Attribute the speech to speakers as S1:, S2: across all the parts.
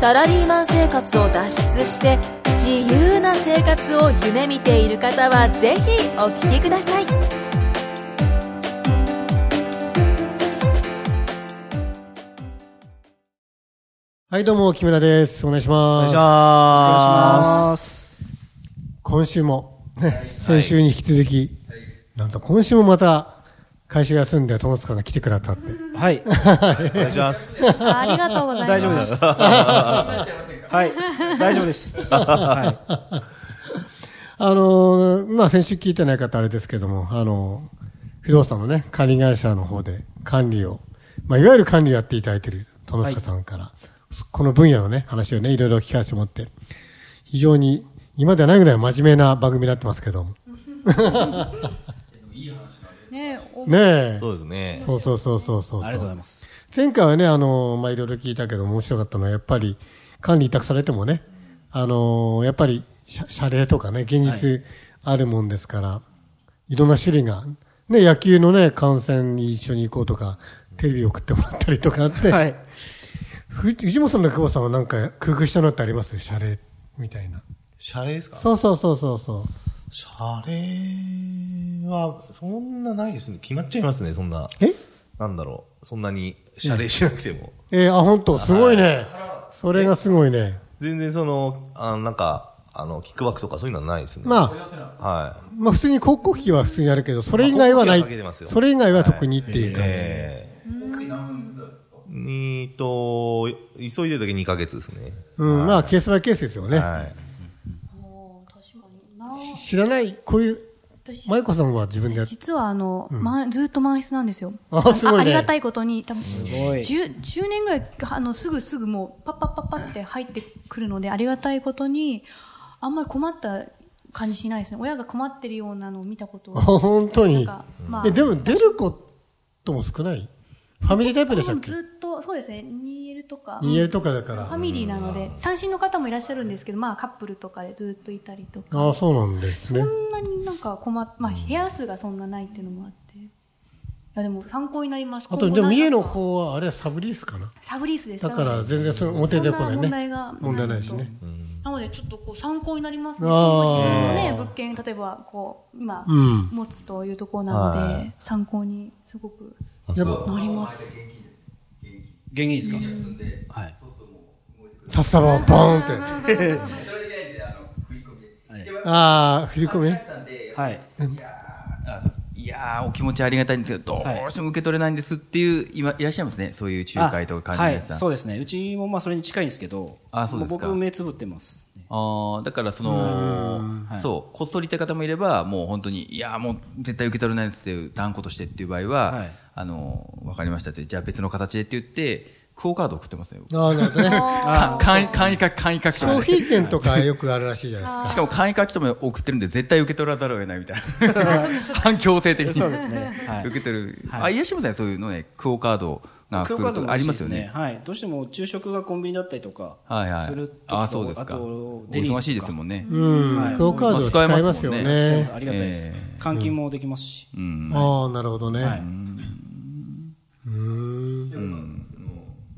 S1: サラリーマン生活を脱出して自由な生活を夢見ている方はぜひお聞きください
S2: はい、どうも、木村です。お願いし
S3: お
S2: ま
S3: 願い
S2: す。
S3: します。
S2: 今週も、ね、 先週に引き続き、なんと今週もまた、会社休んで、友塚が来てくださって。
S3: はい。お願いします。
S4: あありがとうございます。
S3: 大丈夫です。 はい。大丈夫です。は
S2: あのー、まあ、先週聞いてない方あれですけども、あのー、不動産のね、管理会社の方で管理を、まあ、いわゆる管理をやっていただいている友塚さんから、この分野のね、話をね、いろいろ聞かせてもらって、非常に、今ではないぐらい真面目な番組になってますけども。
S4: ねお
S2: ねえ。
S5: そうですね。
S2: そうそうそうそうそう。
S3: い。ありがとうございます。
S2: 前回はね、あの、まあ、いろいろ聞いたけど、面白かったのは、やっぱり、管理委託されてもね、あの、やっぱり、謝謝礼とかね、現実あるもんですから、い、ろんな種類が、ね、野球のね、観戦に一緒に行こうとか、テレビ送ってもらったりとかあって、
S3: はい。
S2: ふ藤本さんと久保さんはなんか、工夫したのってあります謝礼みたいな。
S5: シャレですか
S2: そうそうそうそうそう。
S5: シャレは、そんなないですね。決まっちゃいますね、そんな。
S2: え
S5: なんだろう。そんなに、シャレしなくても。
S2: えーあ、本当すごいね。それがすごいね。
S5: 全然その、あなんか、あの、キックバックとかそういうのはないですね。
S2: まあ、
S5: あ。はい。
S2: まあ普通に国庫費は普通にあるけど、それ以外はない
S5: まあ国庫費はかけてます。よ
S2: それ以外は特にっていう感じ。
S5: ええにと、急いでるとき2ヶ月ですね。
S2: うん、まあ、ケースバイケースですよね。
S5: はい。
S2: 知らない、こういう、
S4: 私
S2: 舞子さんは自分でやっ
S4: 実はあの、ま、ずっと満室なんですよ。
S2: あすごいね
S4: ありがたいことに、多分
S3: ごい
S4: 10, 10年ぐらい、あの、すぐすぐもう、パッパッパッパって入ってくるので、ありがたいことに、あんまり困った感じしないですね。親が困ってるようなのを見たこと
S2: あ
S4: は。
S2: 本当に
S4: なんかま。あ
S2: え、でも出ることも少ないファミリータイプでしたっけ
S4: ずっと、そうですね、2L とか。
S2: 家とかだか
S4: ファ
S2: ら。
S4: ミリーなので、単身の方もいらっしゃるんですけど、まあカップルとかでずっといたりとか、
S2: ああ、そうなんですね
S4: そ。んなになんか困っ、まあ部屋数がそんなないっていうのもあって。いやでも参考になります。
S2: あ
S4: 今
S2: と、
S4: 後
S2: でも
S4: なんか
S2: 家の方は、あれはサブリースかな。
S4: サブリースです。
S2: だから、全然その表
S4: そん
S2: 出
S4: な
S2: てこないね。
S4: 問題が
S2: 問題ないしね。
S4: なのでちょっとこう参考になりますね。
S2: あ
S4: 今
S2: ー
S4: 後自分のね物件例えばこう今
S2: うん
S4: 持つというところなので、
S5: はい
S4: 参考にすごく
S2: やっぱ
S4: なります。
S3: 現金ですかはい。
S2: さっさばボーンって。
S6: それであの食い込みで。
S3: はい
S6: でも
S2: ああ、振り込みね
S6: 皆さんで
S3: はい。
S6: あいやーお気持ちはありがたいんですけどどうしても受け取れないんですっていう今いらっしゃいますねそういう仲介とか管理屋さん
S3: はい。。そうですね。うちもまあそれに近いんですけど、
S6: あそうですか
S3: も僕目つぶってます。
S6: ああ、だからその、
S3: はい
S6: そう、こっそりって方もいれば、もう本当に、いやー、もう絶対受け取れないですっていう、断固としてっていう場合は、
S3: はい
S6: あの、わかりましたって、じゃあ別の形でって言って、クオカード送ってますよ。
S2: ああ、なるほどね。
S6: か簡易、簡易化、簡易化
S2: 消費券とかよくあるらしいじゃないですか。
S6: しかも簡易書き留めを送ってるんで絶対受け取らざるを得ないみたい な反強制的に
S3: そうですねはい
S6: 受け取る、
S3: はい
S6: あいらっしゃいませんそういうのねクオ・カードが
S3: クオ
S6: 来
S3: カー
S6: る
S3: ド
S6: と
S3: も
S6: かありますよ
S3: 嬉しいで
S6: ね
S3: すはい。どうしても昼食がコンビニだったりとか
S6: はいはい
S3: する時と
S6: あそうです
S3: あ
S6: か
S3: と
S6: お
S3: デリー
S6: 忙しいですもんね、
S2: うん。クオカード使えますよ
S6: まあ使え
S2: ね。
S3: ありがたいです
S6: え。
S3: 換金もできますし。
S2: ああ、なるほどね。
S3: はい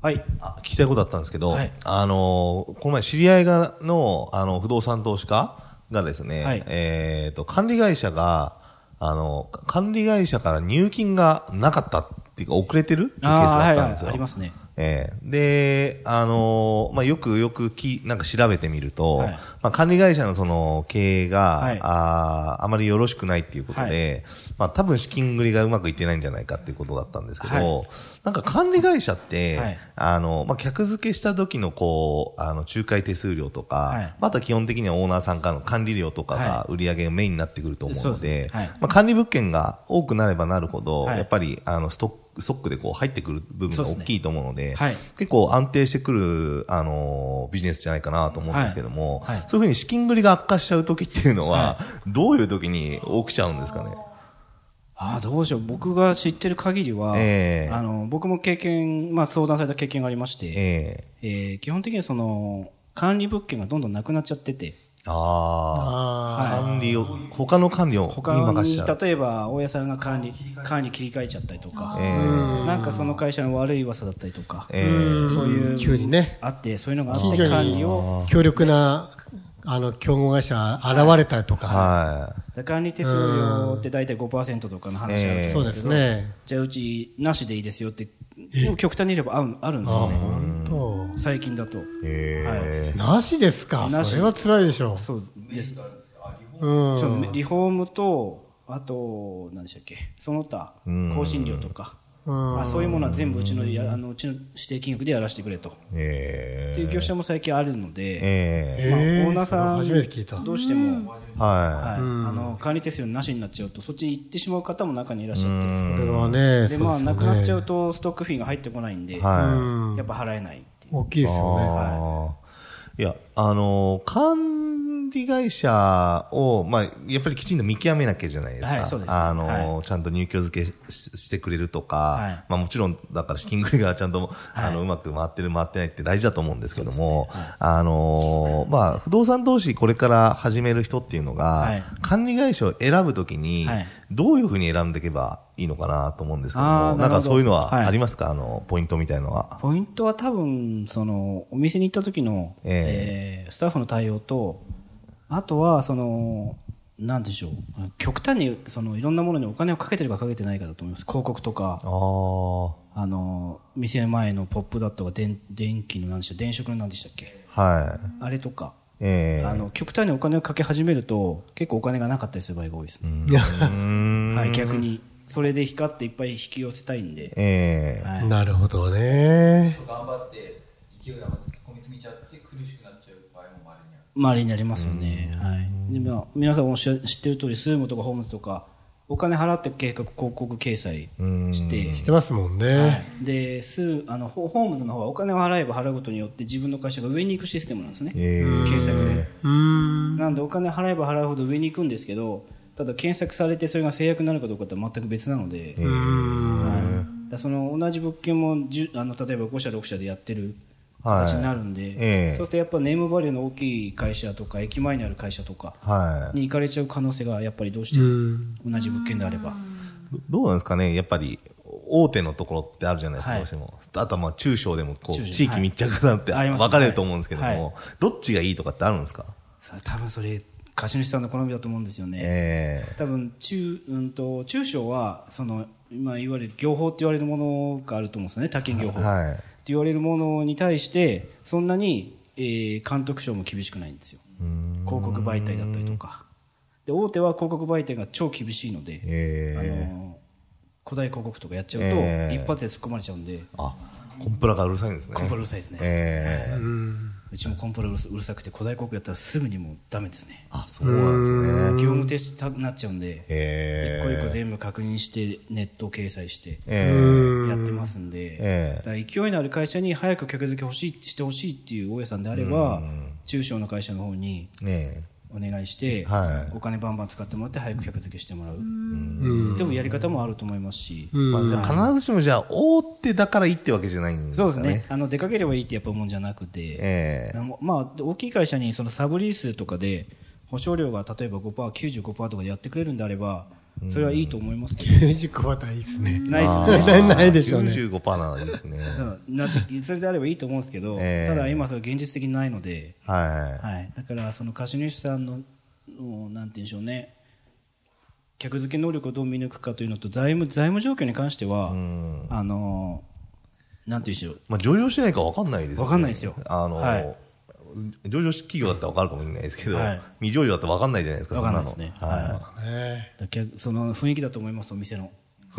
S3: はい。
S5: あ聞きたいことあったんですけど、
S3: はい
S5: あのこの前知り合いがのあの不動産投資家がですね、
S3: はい
S5: えっ、と管理会社があの管理会社から入金がなかったっていうか遅れてるっていうケースがあったんですよ。
S3: あーはいはいありますね。
S5: ええで、あのまあ、よくよくき、なんか調べてみると、
S3: はい
S5: まあ、管理会社のその経営が、
S3: はい
S5: あーあまりよろしくないっていうことで、まあ、多分資金繰りがうまくいってないんじゃないかっていうことだったんですけど、
S3: はい
S5: なんか管理会社って、
S3: はい
S5: あの、まあ、客付けした時の、こう、あの、仲介手数料とか、
S3: はい
S5: また基本的にはオーナーさんからの管理料とか
S3: は
S5: が売り上げがメインになってくると思う
S3: そう
S5: の
S3: で
S5: で、
S3: すねはい
S5: まあ、管理物件が多くなればなるほど、
S3: はい
S5: やっぱり、あの、ストック、ソックでこう入ってくる部分
S3: そう
S5: が
S3: です
S5: 大
S3: ね
S5: きいと思うので、
S3: はい
S5: 結構安定してくる、あのービジネスじゃないかなと思うんですけども、
S3: はいはい
S5: そういうふうに資金繰りが悪化しちゃう時っていうのは、どういう時に起きちゃうんですかね。
S3: ああ、どうしよう。僕が知ってる限りは、
S5: ええ
S3: あの、僕も経験、まあ相談された経験がありまして、
S5: ええ
S3: えー基本的にはその、管理物件がどんどんなくなっちゃってて、
S5: ああ、管理を、他の管理を
S3: 他
S5: 任し
S3: に、
S5: ちゃう。
S3: 例えば、大家さんが管理、管理切り替えちゃったりとか、
S5: ええ
S3: なんかその会社の悪い噂だったりとか、
S5: ええ
S3: そういう、
S2: 急にね
S3: あって、そういうのがあっ
S2: 近
S3: て
S2: 所
S3: 管理を、
S2: に強力なあの競合会社現れたりとか、
S5: は
S3: 管理手数料って大体5%とかの話あるんですけど
S2: そうですね。
S3: じゃあうちなしでいいですよって、でも極端に言えばあるあるんですよね。
S2: 本
S3: 最近だと。
S5: い。え
S2: 当なしですか
S3: なし
S2: それは辛いでしょ
S3: そうです。
S2: う。ん。
S3: そうリフォームと、あと、何でしたっけ、その他、更新料とか、まあ、そういうものは全部うちのやあのうちの指定金額でやらせてくれと。っ
S5: ええ
S3: ていう業者も最近あるので、
S5: ええ
S3: まあ、オ
S2: ええ
S3: ーナーさ
S2: それ初めて聞いた
S3: ん、どうしても、はい、
S5: は
S3: あの管理手数料なしになっちゃうと、そっちに行ってしまう方も中にいらっしゃって、
S2: それはね、
S3: で、
S2: そう
S3: ま
S2: ですよ
S3: あ、
S2: ね
S3: なくなっちゃうと、ストックフィーが入ってこないんで、
S5: い。はい。
S3: やっぱ払えないっていう。
S2: 大きいですよね。
S5: あーいや、あのー、管理会社を、まあ、やっぱりきちんと見極めなきゃじゃないですか。
S3: はいそうですね
S5: あのー
S3: は
S5: ちゃんと入居付けししてくれるとか、
S3: はい
S5: まあもちろん、だから資金繰りがちゃんと、あの、うまく回ってる回ってないって大事だと思うんですけども、あのー、まあ、不動産投資これから始める人っていうのが、
S3: はい
S5: 管理会社を選ぶときに
S3: はい、
S5: どういうふうに選んでいけばいいのかなと思うんですけども、
S3: あ
S5: な
S3: ーなんるほど
S5: かそういうのは
S3: はい
S5: ありますか、あの、ポイントみたいのは。
S3: ポイントは多分、その、お店に行った時の、
S5: え
S3: えースタッフの対応と、あとは、その、なんでしょう。極端に、その、いろんなものにお金をかけてるかかけてないかだと思います。広告と
S5: あ
S3: か、
S5: あ。
S3: あの、店前のポップだとか、電、電気の何でした電飾の何でしたっけ
S5: はい。
S3: あれとか。
S5: ええ
S3: あの、極端にお金をかけ始めると、結構お金がなかったりする場合が多いですね。はい、逆に。それで光っていっぱい引き寄せたいんで。
S5: ええ
S3: はい。
S2: なるほどね。
S6: 頑張って勢い余って突っ込みすぎちゃって苦しくなっちゃう場合もあるにある
S3: 周りになりますよね、はい、でまあ皆さんもおっしゃ知ってる通りスームとかホームズとかお金払って計画広告掲載して
S2: してますもん
S3: は
S2: ね。
S3: い、でスあのホホームズの方はお金を払えば払うことによって自分の会社が上に行くシステムなんですね、
S5: ええ
S3: 検索で
S2: うーん。
S3: なんでお金払えば払うほど上に行くんですけどただ検索されてそれが制約になるかどうかって全く別なので、はい、だその同じ物件も10あの例えば5社6社でやってる形になるんで、
S5: ええ
S3: そうするとやっぱネームバリューの大きい会社とか駅前にある会社とか
S5: はい。
S3: に行かれちゃう可能性がやっぱりどうしても同じ物件であれば、
S5: どどうなんですかねやっぱり、大手のところってあるじゃないですか、
S3: はい
S5: どうしても。あとはまあ中小でも、こう、
S3: 中小
S5: 地域密着なんて
S3: はいあります
S5: 分かれると思うんですけども、
S3: はい
S5: どっちがいいとかってあるんですか
S3: それ多分それ貸主さんの好みだと思うんですよね、
S5: ええ
S3: 多分中,、うん、と中小はその今いわゆる業法って言われるものがあると思うんですよね他県業法、
S5: はい
S3: って言われるものに対してそんなに、えー監督賞も厳しくないんですよ広告媒体だったりとかで大手は広告媒体が超厳しいので、
S5: ええ
S3: あの古代広告とかやっちゃうと、
S5: ええ
S3: 一発で突っ込まれちゃうんで
S5: あ、コンプラがうるさいんですね。
S3: コンプラうるさいですね、
S5: ええ
S3: うちもコンプラうるさうるさくて古代広告やったらすぐにもうダメですね
S5: あ、そうなんですね。
S3: 業務停止になっちゃうんで、
S5: ええ
S3: 一個一個全部確認してネット掲載して
S5: え
S3: やってますんで、
S5: ええ
S3: だから勢いのある会社に早く客付け欲しいしてほしいっていう大家さんであれば、中小の会社の方に
S5: えね
S3: お願いして、
S5: はい
S3: お金バンバン使ってもらって早く客付けしてもらうでもやり方もあると思いますし、
S5: えまあ、じゃあ必ずしもじゃあ、大手だからいいってわけじゃないんです
S3: そ
S5: か
S3: う
S5: ね。
S3: ですね あの出かければいいってやっぱ思うんじゃなくて、
S5: ええ
S3: あのまあ、大きい会社にそのサブリースとかで保証料が例えば5%、95%とかでやってくれるんであればそれはいいと思いますけど、
S2: 90は大いいですね。
S3: ないですよね。
S2: ないないでしょうね。
S5: 95%ならいいですね。
S3: そうなってそれであればいいと思うんですけど、
S5: ええ
S3: ただ今、それ現実的にないので、
S5: はい。
S3: はい、だからその貸主さんののなんて言うんでしょうね客付け能力をどう見抜くかというのと財務財務状況に関しては、あのなんて言うんでしょう
S5: まあ、上場してないか分かんないですよ、ね。
S3: 分かんないですよ
S5: あの、
S3: はい
S5: 上場企業だったら分かるかもしれないですけど、
S3: はい
S5: 未上場だったら分かんないじゃないですか、
S3: 分かんないですね
S5: そんなのは
S2: ね
S3: だからその雰囲気だと思いますお店の
S5: い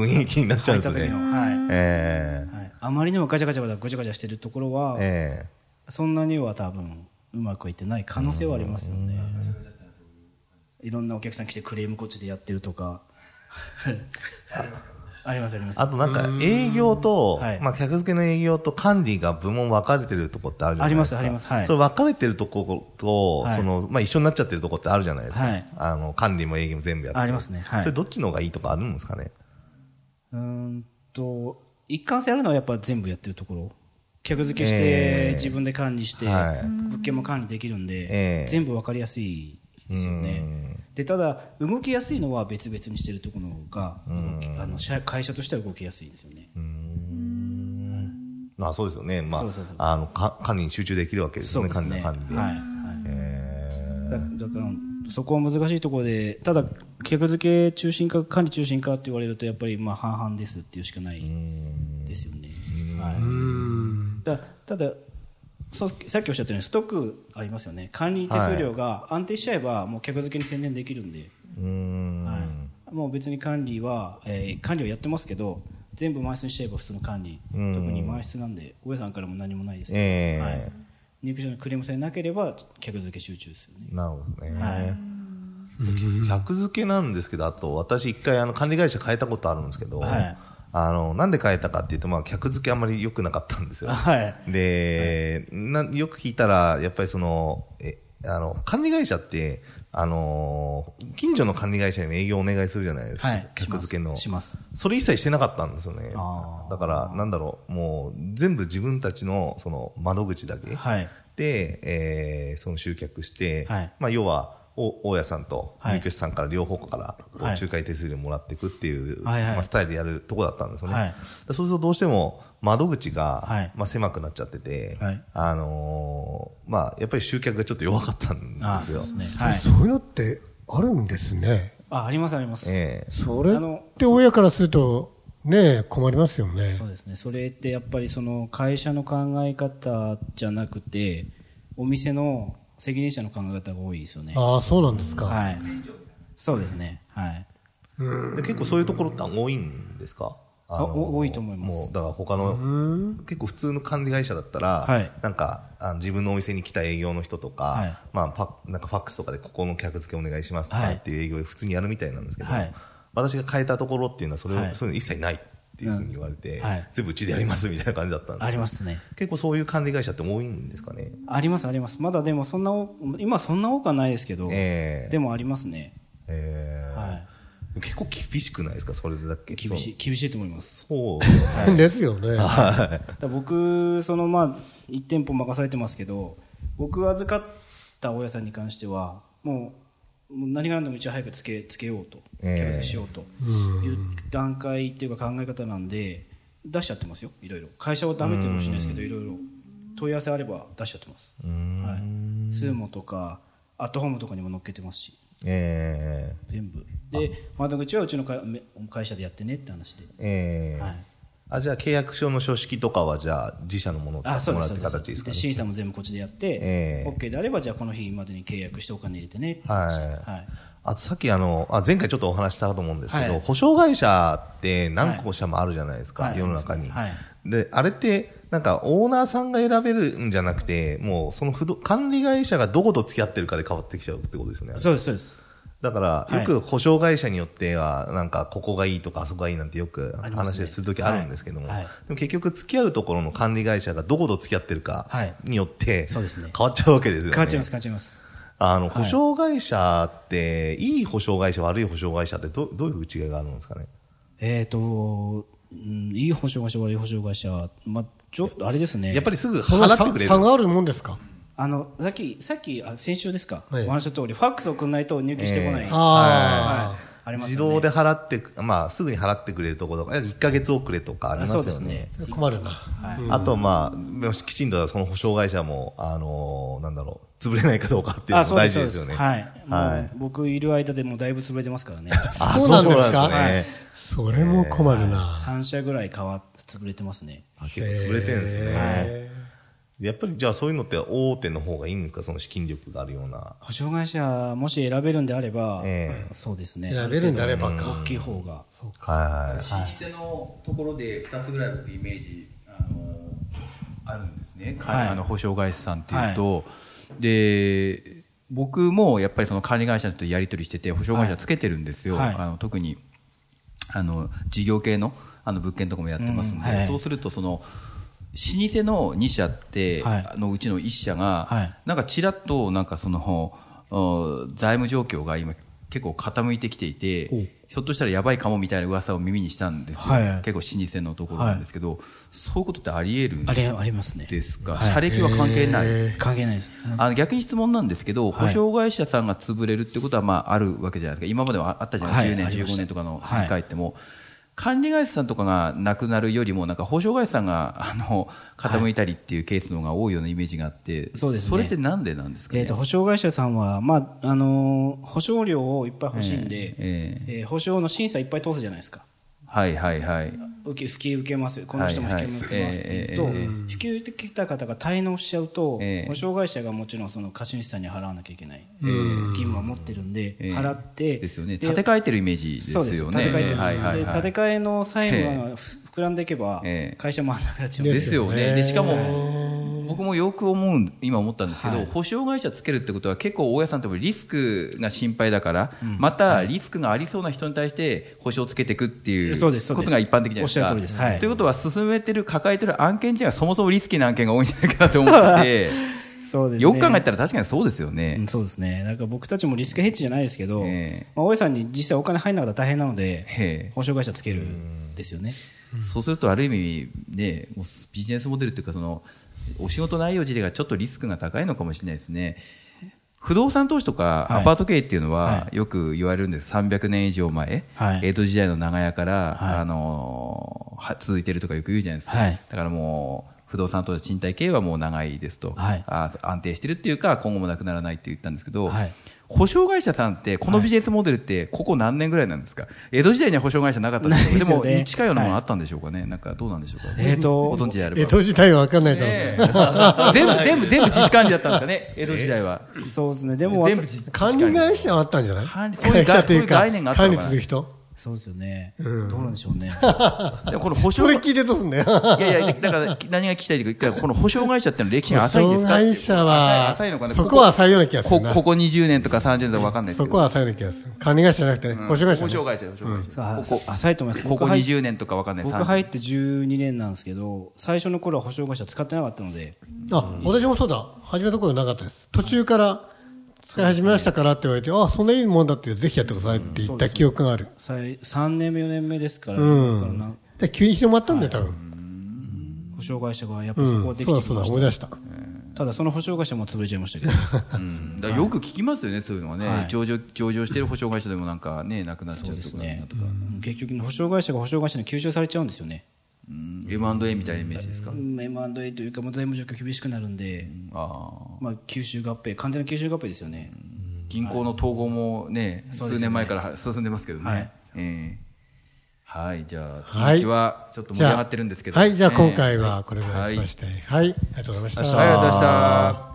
S5: 雰囲気になっちゃうん
S3: 入っ
S5: ですね。
S3: た時の、はい
S5: え
S3: はい、あまりにもガチャガチャガチャガチャガチャしてるところは
S5: え、え
S3: そんなには多分うまくいってない可能性はありますよね。 いろんなお客さん来てクレームこっちでやってるとか。ありますあります
S5: あとなんか営業と
S3: はい、
S5: まあ客付けの営業と管理が部門分かれてるとこってあるじゃないですか。
S3: ありますありますはい
S5: それ分かれてるとこと、
S3: はい
S5: その、まあ一緒になっちゃってるとこってあるじゃないですか。
S3: はい
S5: あの、管理も営業も全部やって
S3: ありますねはい
S5: それどっちの方がいいとかあるんですかね。
S3: うーんと一貫性あるのはやっぱ全部やってるところ客付けして、
S5: えー
S3: 自分で管理して、
S5: はい
S3: 物件も管理できるんで、
S5: えー
S3: 全部分かりやすいですよねでただ動きやすいのは別々にしてるところの方が動きあの社会社としては動きやすいですよね
S5: まあそうですよね。まあ、
S3: そうそうそう
S5: あの、か管理に集中できるわけですよね。管理の管理で。
S3: はい、はい、だだからそこは難しいところでただ客付け中心か管理中心かって言われるとやっぱりまあ半々ですっていうしかないですよねはいだただそうさっきおっしゃったようにストックありますよね管理手数料が安定しちゃえばもう客付けに専念できるんで、はい、もう別に管理は、えー管理をやってますけど全部満室にしちゃえば普通の管理特に満室なんで大家さんからも何もないですけど、
S5: ええ
S3: はい、入居者のクレームさえなければ客付け集中ですよね
S5: なるほどね。客付けなんですけど、あと私一回あの管理会社変えたことあるんですけど、
S3: はい
S5: あの、なんで変えたかっていうと、まあ客付けあんまり良くなかったんですよ。
S3: はい
S5: で、な、よく聞いたら、やっぱりその、え、あの、管理会社って、あのー近所の管理会社にも営業お願いするじゃないですか。
S3: はい
S5: 客付けの。
S3: しますし
S5: それ一切してなかったんですよね
S3: あ。
S5: だから、なんだろう、もう全部自分たちのその窓口だけ。
S3: はい
S5: で、えーその集客して、
S3: はい
S5: まあ、要は、お大家さんと
S3: はい
S5: 入居者さんから両方からこう
S3: はい
S5: 仲介手数料もらっていくっていう、
S3: はいはい
S5: まあ、スタイルでやるとこだったんですよね。
S3: はい
S5: でそうするとどうしても窓口が、
S3: はい
S5: まあ、狭くなっちゃってて、
S3: はい
S5: あのーまあ、やっぱり集客がちょっと弱かったん
S3: あ
S5: です
S3: そう
S5: よ。
S3: ですねはい
S2: そういうのってあるんですね。
S3: あありますあります、
S5: ええ
S2: それ
S3: あの
S2: って親からすると、ねえ、困りますよね
S3: そ。うですねそれってやっぱりその会社の考え方じゃなくてお店の責任者の考え方が多いですよね
S2: ああ、そうなんですか。
S3: はいそうですねはい
S5: で結構そういうところって多いんですか
S3: あお多いと思います
S5: もうだから他の、結構普通の管理会社だったら、
S3: はい
S5: なんかあの自分のお店に来た営業の人とか、
S3: はい
S5: まあ、パなんかファックスとかでここの客付けお願いしますと
S3: は
S5: か
S3: い
S5: っていう営業を普通にやるみたいなんですけど、
S3: はい
S5: 私が変えたところっていうのはそれを、
S3: はい
S5: そういうの一切ないっていうふうに言われて、
S3: うんはい
S5: 全部うちでやりますみたいな感じだったんです
S3: あ
S5: け
S3: り
S5: ど
S3: ますね
S5: 結構そういう管理会社って多いんですかね。
S3: ありますありますまだでもそんな多今そんな多くはないですけど、
S5: ええ
S3: でもありますね
S5: えー
S3: は
S5: 結構厳しくないですかそれだけ
S3: 厳しい厳しいと思います
S5: そうそ う
S2: ですよね。
S3: だから僕そのまあ1店舗任されてますけど僕預かった大家さんに関してはもうもう何が何でもうちは早くつけつけようと
S5: ええ
S3: 継続しようという段階っていうか考え方なんで出しちゃってますよいろいろ会社はダメっていうかもしれないですけどいろいろ問い合わせあれば出しちゃってます、はい、スーモとかアットホームとかにも載っけてますし
S5: えー
S3: 全部で窓口はうちの会め会社でやってねって話で、
S5: ええ
S3: はい
S5: あじゃあ契約書の書式とかはじゃあ自社のものを使
S3: あ
S5: って
S3: そう
S5: もらう
S3: です
S5: って
S3: そう
S5: 形で
S3: ですす
S5: か
S3: で
S5: ね
S3: 審査も全部こっちでやって、
S5: ええ
S3: OK であればじゃあこの日までに契約してお金入れてね、
S5: はい
S3: はい、
S5: あとさっきあのあ前回ちょっとお話ししたと思うんですけど、
S3: はい
S5: 保証会社って何個社もあるじゃないですか、
S3: はい
S5: 世の中に、
S3: はい
S5: であれってなんかオーナーさんが選べるんじゃなくてもうその不動管理会社がどこと付き合ってるかで変わってきちゃうってことですよね
S3: そうですそうです
S5: だか
S3: は
S5: ら
S3: い
S5: よく保証会社によってはなんかここがいいとかあそこがいいなんてよく
S3: ありますね
S5: 話でする時あるんですけども、
S3: はいはい
S5: でも結局付き合うところの管理会社がどこと付き合ってるか
S3: はい
S5: によって
S3: そうですね
S5: 変わっちゃうわけですよね。
S3: 変わっちゃいます変わっちゃいます
S5: あの、保証会社って、いい保証会社、悪い保証会社ってど、どういう違いがあるんですかね
S3: えっ、と、うん、いい保証会社悪い保証会社まあちょっとあれですね
S5: やっぱりすぐ
S2: その
S5: 払って
S2: 差
S5: くれる
S2: 差。があるもんですか
S3: あのさっきさっきあ先週ですか、
S2: はい
S3: お話しした通りファックス送らないと入金してこない、
S5: ええ
S2: あー
S3: はい、あります
S5: 自
S3: よね
S5: 動で払ってく、まあ、すぐに払ってくれるところとか、1ヶ月遅れとかあります
S3: あそうで
S5: よ
S3: す
S5: ね
S3: ね。
S2: 困るな。
S5: あと、まあ、もしきちんとその保証会社も、あのーなんだろう、潰れないかどうかっていうの
S3: あ
S5: も
S3: そう
S5: 大
S3: です
S5: 事
S3: そう
S5: で
S3: です
S5: よ
S3: す
S5: ね。
S3: はい、
S5: は
S3: もう
S5: い。
S3: 僕いる間でもうだいぶ潰れてます からね
S5: あ
S2: そうなんですか
S5: そうなんですね。
S2: それも困るな。
S3: 3社ぐらい変わ潰れてますね
S5: あ結構潰れてるんですね。やっぱり、じゃあそういうのって大手の方がいいんですかその資金力があるような。
S3: 保証会社もし選べるんであれば、
S5: え
S3: そうですね
S2: 選べるんであればか
S3: 大きい方が、
S5: はい。
S6: 老舗のところで2つぐらい僕イメージあのあるんですね、
S3: はい
S6: あの保証会社さんっていうと、で僕もやっぱりその管理会社の人とやり取りしてて保証会社つけてるんですよ、
S3: はい
S6: あの特にあの事業系のあの物件とかもやってますので、
S3: うんはい
S6: そうするとその老舗の2社って、
S3: はい
S6: あのうちの1社が、
S3: はい
S6: なんかちらっとなんかその お財務状況が今結構傾いてきていて
S3: お
S6: ひょっとしたらやばいかもみたいな噂を耳にしたんですよ、
S3: はい
S6: 結構老舗のところなんですけど、そういうことってありえるん
S3: あれありますね
S6: ですか、
S3: はい
S6: 社歴は関係ない、
S3: 関係ないです
S6: あの逆に質問なんですけど、
S3: はい
S6: 保証会社さんが潰れるってことはまああるわけじゃないですか、今まではあったじゃないですか、
S3: はいあり
S6: 10
S3: まし
S6: 年、
S3: た
S6: 15年とか
S3: は
S6: の
S3: い
S6: 振り返っても、管理会社さんとかがなくなるよりも、なんか保証会社さんが あの傾いたりっていうケースの方が多いようなイメージがあって、
S3: そうですね
S6: それってなんでなんですかね。
S3: えー、と保証会社さんは、まああのー保証料をいっぱい欲しいんで、
S6: え
S3: えー保証の審査いっぱい通すじゃないですか
S6: はいはいはい、
S3: 受け引き受けますこの人も引
S6: はい
S3: き
S6: はい
S3: 受けますって言うと、
S6: えええええ
S3: 引き受けた方が滞納しちゃうと、
S6: ええ
S3: 保証会社がもちろんその貸主さんに払わなきゃいけない義務を持ってるんで、
S6: ええ
S3: 払って
S6: ですよね、立て替えてるイメージですよ
S3: そう
S6: ね、
S3: です立て替えてるんですよ、
S6: はいはい
S3: で
S6: はい
S3: 立て替えの債務がふ膨らんでいけば、
S6: ええ
S3: 会社もなくなっちゃうん
S6: で
S3: です
S6: よね。で、しかも、僕もよく思う、今思ったんですけど、
S3: はい
S6: 保証会社つけるってことは結構大家さんってもリスクが心配だから、またリスクがありそうな人に対して保証つけていくっていう
S3: そうですそう
S6: こ
S3: です
S6: とが一般的じゃないです
S3: おっしゃ
S6: か。
S3: る通りですはい
S6: ということは進めてる、抱えてる案件自体がそもそもリスキーな案件が多いんじゃないかなと思って
S3: そうで
S6: て、
S3: すね
S6: よく考えたら確かにそうですよね。
S3: うんそうですね。なんか僕たちもリスクヘッジじゃないですけど、
S6: ええ
S3: まあ、大江さんに実際お金入んなかったら大変なので、
S6: ええ
S3: 保証会社つけるんですよね。
S6: そうすると、ある意味、ね、もうビジネスモデルというかその、お仕事内容自体がちょっとリスクが高いのかもしれないですね。不動産投資とか
S3: はい
S6: アパート経営っていうのは
S3: は
S6: よく言われるんです、300年以上前、
S3: はい
S6: 江戸時代の長屋から、
S3: はい
S6: あのーは続いてるとかよく言うじゃないですか、
S3: はい
S6: だからもう不動産投資賃貸経営はもう長いですと、
S3: はい
S6: あ安定してるっていうか今後もなくならないって言ったんですけど、
S3: はい
S6: 保証会社さんってこのビジネスモデルってここ何年ぐらいなんですか、江戸時代には保証会社なかったんです
S3: ない
S6: けど
S3: ですよ
S6: で
S3: ね
S6: もに近いようなものあったんでしょうかね、なんかどうなんでしょうか、
S3: えーと
S6: ご存知であれば、
S2: 江戸時代は分かんないだろう、
S6: ええ全部全部全部自主管理だったんですかね江戸時代は。
S3: そうですね。でも、
S6: 全部
S3: あと
S6: 自
S2: 管理会社はあったんじゃない
S6: 管理そういう概
S2: 会社というか
S6: そういう概念があった
S2: 管
S6: の
S2: 理
S6: かな
S2: する人
S3: そうですよね。
S2: うん
S3: どうなんでしょうね。
S6: でもこの保証
S2: そ
S6: い
S2: れ聞いてどうすんだよ
S6: やいや、だから何が聞きたいか、この保証会社ってのは歴史が
S2: 保
S6: 浅いんです
S2: 証
S6: かっていう
S2: 会社は
S6: 浅い浅いのかね
S2: そこは浅いような気がす
S6: こ
S2: るな
S6: ここ20年とか30年とか分かんないです
S2: そ
S6: けど。
S2: こは浅いような気がする管理会社じゃなくてね保証会社
S6: 保
S2: ね
S6: 証会社、保証会社。
S3: さあ
S6: ここ
S3: 浅いと思います。
S6: ここ
S3: 僕入っ
S6: 20年とか分かんない。
S3: 僕
S6: 30
S3: 入って12年なんですけど、最初の頃は保証会社使ってなかったので、
S2: あ私もそうだ始めたことなかったです途中から使い始めましたからって言われてあそんないいもんだってぜひやってくださいって言った記憶がある
S3: 最3年目、4年目ですから、
S2: うん
S3: だからな
S2: で急に広まったんだよ多分
S3: 保証会社がやっ
S2: う
S3: ぱそこは
S2: ん
S3: できてき
S2: そう
S3: ま
S2: だそう
S3: した
S2: だ思い出した
S3: ただその保証会社も潰れちゃいましたけど、
S6: うんだからよく聞きますよね、そういうのはね、
S3: はい
S6: 上場上場してる保証会社でもなんかね、なくなっちゃうと
S3: そうで
S6: か、
S3: すね
S6: なんとか、
S3: うん結局、保証会社が保証会社に吸収されちゃうんですよね。
S6: うん M&A みたいなイメージですか、
S3: うん M&A というか、もう財務状況厳しくなるんで、
S6: あー
S3: まあ、吸収合併、完全な吸収合併ですよね。
S6: 銀行の統合もね、数年前から進んでますけどね。
S3: はい
S6: ええはい、じゃあ、
S2: はい
S6: 続きはちょっと盛り上がってるんですけど、
S2: はいじゃあ今
S6: え
S2: 回はこれぐらいにしましてはいありがとうございまし
S6: え
S2: た
S6: はいありがとうございました。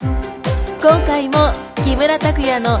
S1: 今回も木村拓哉の